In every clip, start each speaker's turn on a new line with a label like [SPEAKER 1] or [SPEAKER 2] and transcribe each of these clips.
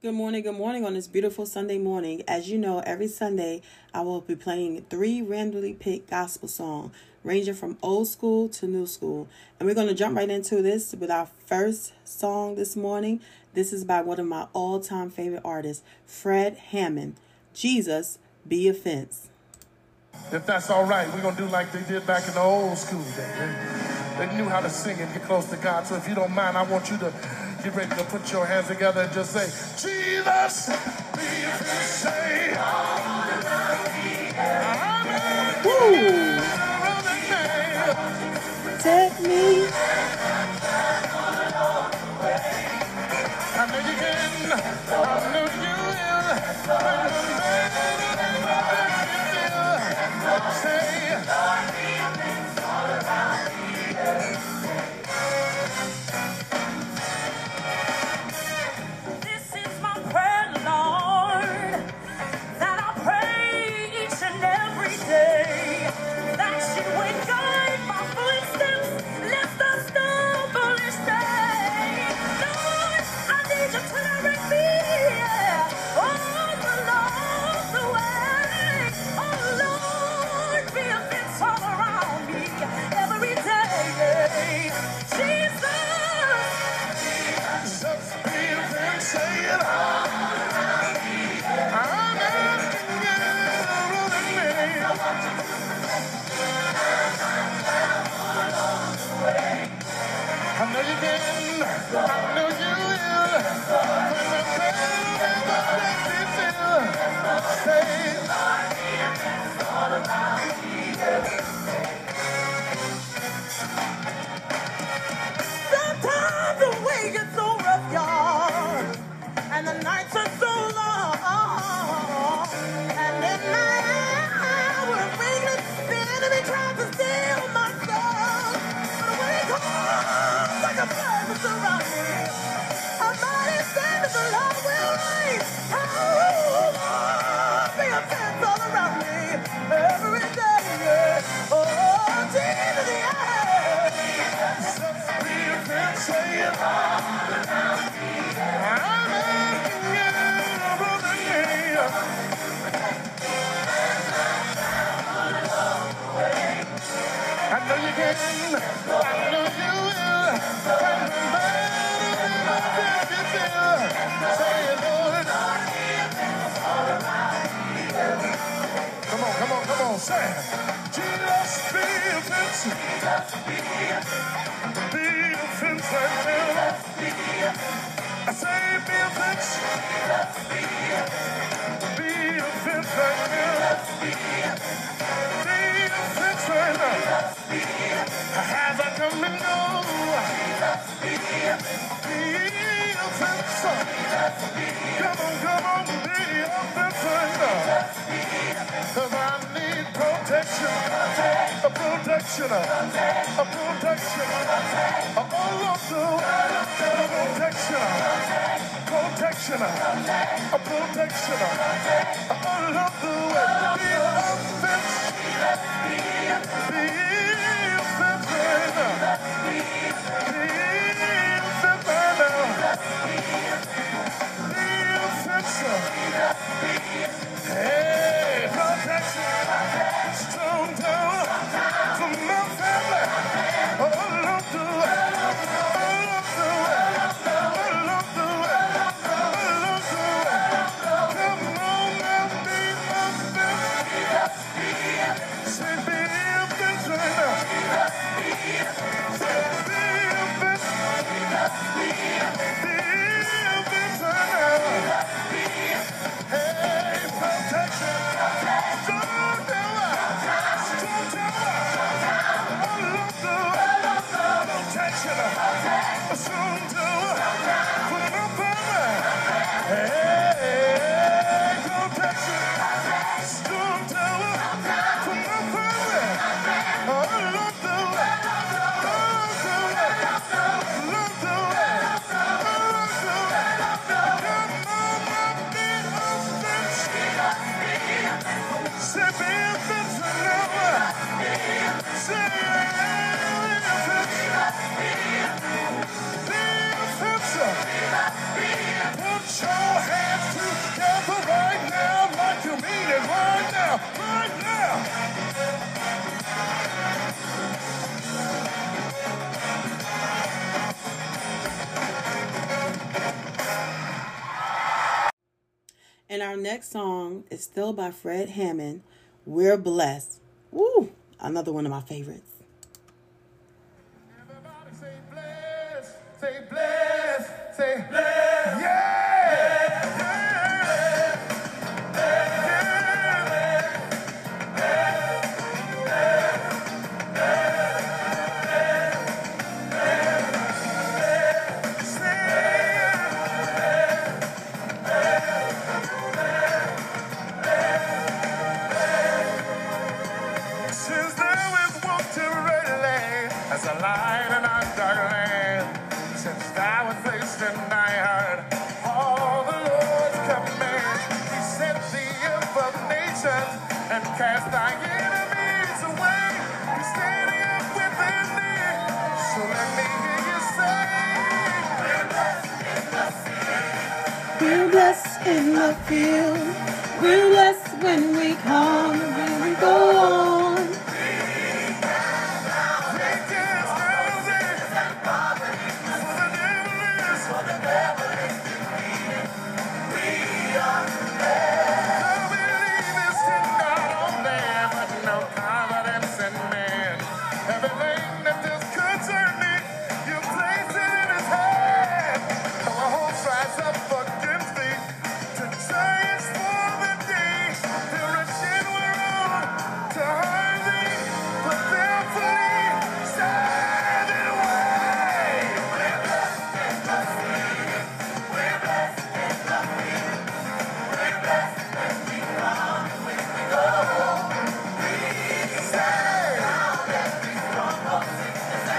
[SPEAKER 1] Good morning, good morning on this beautiful Sunday morning. As you know, every Sunday I will be playing three randomly picked gospel songs, ranging from old school to new school. And we're going to jump right into this with our first song this morning. This is by one of my all time favorite artists, Fred Hammond. Jesus be a fence.
[SPEAKER 2] If that's all right, we're going to do like they did back in the old school day. They, they knew how to sing and get close to God. So if you don't mind, I want you to get ready to put your hands together and just say, Jesus, be if you say, I'm
[SPEAKER 1] Woo!
[SPEAKER 2] running
[SPEAKER 1] Take me.
[SPEAKER 2] I know you can, I know you will. If you feel, say,
[SPEAKER 3] This is my prayer, Lord, that I pray each and every day. That you would guide my footsteps, lest I stumble and stray. Lord, I need you to direct me yeah, all along the way. Oh Lord, be a fence all around me every day. Jesus.
[SPEAKER 2] Jesus, be if you say it. I'm asking you to rule in me. I know you can. I know you will. When the pain is
[SPEAKER 3] Sometimes the way is so rough, y'all, and the nights are so long. And in my hour of weakness, the enemy tries to steal my soul. But when he comes like a flood to surround me, a mighty stand of the Lord will rise. Oh, be a fence all around me every day. Oh, Jesus, yeah.
[SPEAKER 2] I know you can, I know you will. When the burden is heavy, say it, Lord. Come on, come on, come on, say it. Jesus, be a fence. Be a fence right now. I say be a fence. Be a fence right now. Be a fence right now. As I come and go. Be a fence. Come on, come on, be a fence right now. Cause I need protection, a protection, a protection, a all of the a protection, protection, a protection, a all of the be offense, be offense, be offense, be offense. Hey, protection, strong tower for my family. All up the way, all up the way, all up the way, all up the way. Come on now, be my family.
[SPEAKER 1] And our next song is still by Fred Hammond. We're blessed. Woo! Another one of my favorites.
[SPEAKER 2] Everybody say bless, say bless, say bless. Yeah! Yeah! yeah. Say, Since thou hast walked through red land as a light in our dark land, since thou hast placed in thy heart all the Lord's command, he set thee above nations and cast thy enemies away. He's standing up within thee, so let me hear you
[SPEAKER 1] We're
[SPEAKER 2] say,
[SPEAKER 1] blessed in the field. We're blessed when we come and when we go on.
[SPEAKER 2] "Riches, houses, for the devil is No belief is in God only, but no confidence in man. Everything that is concerning, you place it in His hand. No hope rise up against thee. To giants for the day, the rich and were on to harm thee, but fearfully standing away.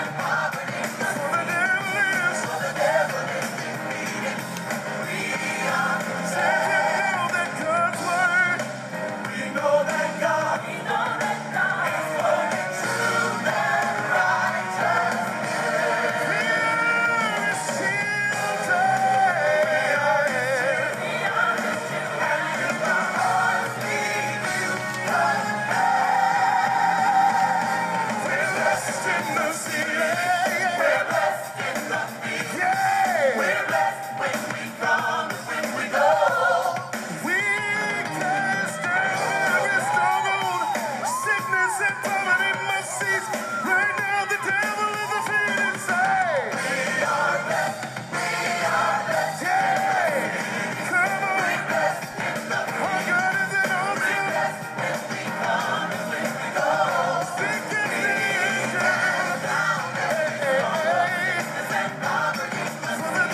[SPEAKER 2] For the devil is standing now that God's word. We know that God. Right now, the devil is defeated. Say, yeah, come on. Our God is an awesome, big decision. Hey, for the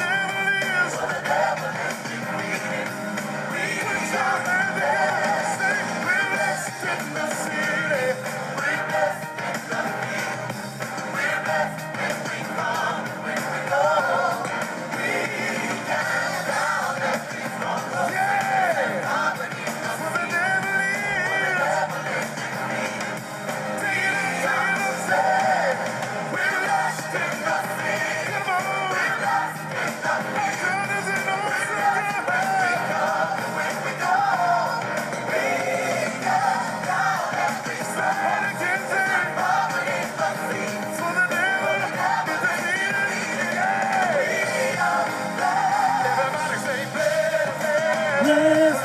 [SPEAKER 2] devil is, put your hand together and say, we're blessed in the city. Yeah, for the devil is, take it up, take it up, say, we're blessed in the city. Come on, we're blessed. Our God is an awesome God. Somebody can say, for the devil is defeated. Yeah. Everybody say, blessed,
[SPEAKER 1] Blessed,
[SPEAKER 2] blessed,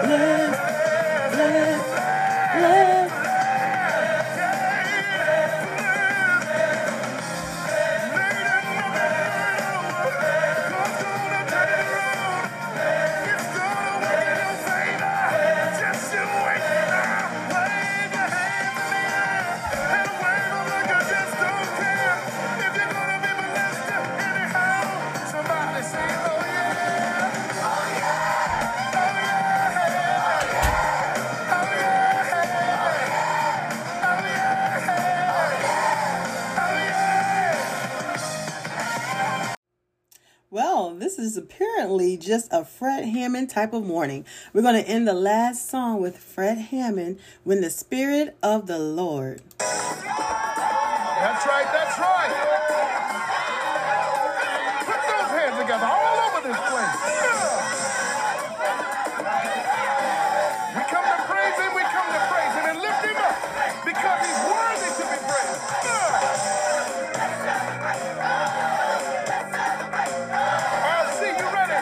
[SPEAKER 2] blessed.
[SPEAKER 1] blessed, blessed, blessed.
[SPEAKER 2] Say, oh yeah, oh yeah, oh yeah, oh yeah.
[SPEAKER 1] Well, this is apparently just a Fred Hammond type of morning. We're going to end the last song with Fred Hammond, When the Spirit of the Lord.
[SPEAKER 2] That's right, that's right. Put those hands together all over this place. We come to praise him, we come to praise him and lift him up because he's worthy to be praised. I see you ready.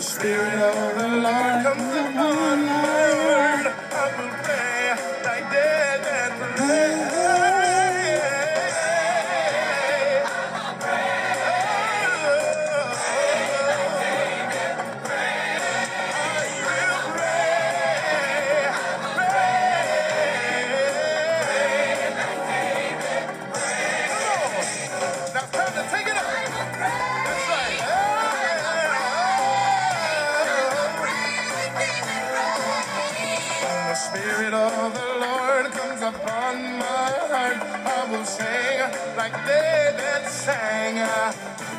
[SPEAKER 4] Spirit of the Lord comes upon me. I will pray like dead and lay. Now it's time to take it up. That's right. The Spirit of the Lord comes upon my heart. I will sing like they that sang.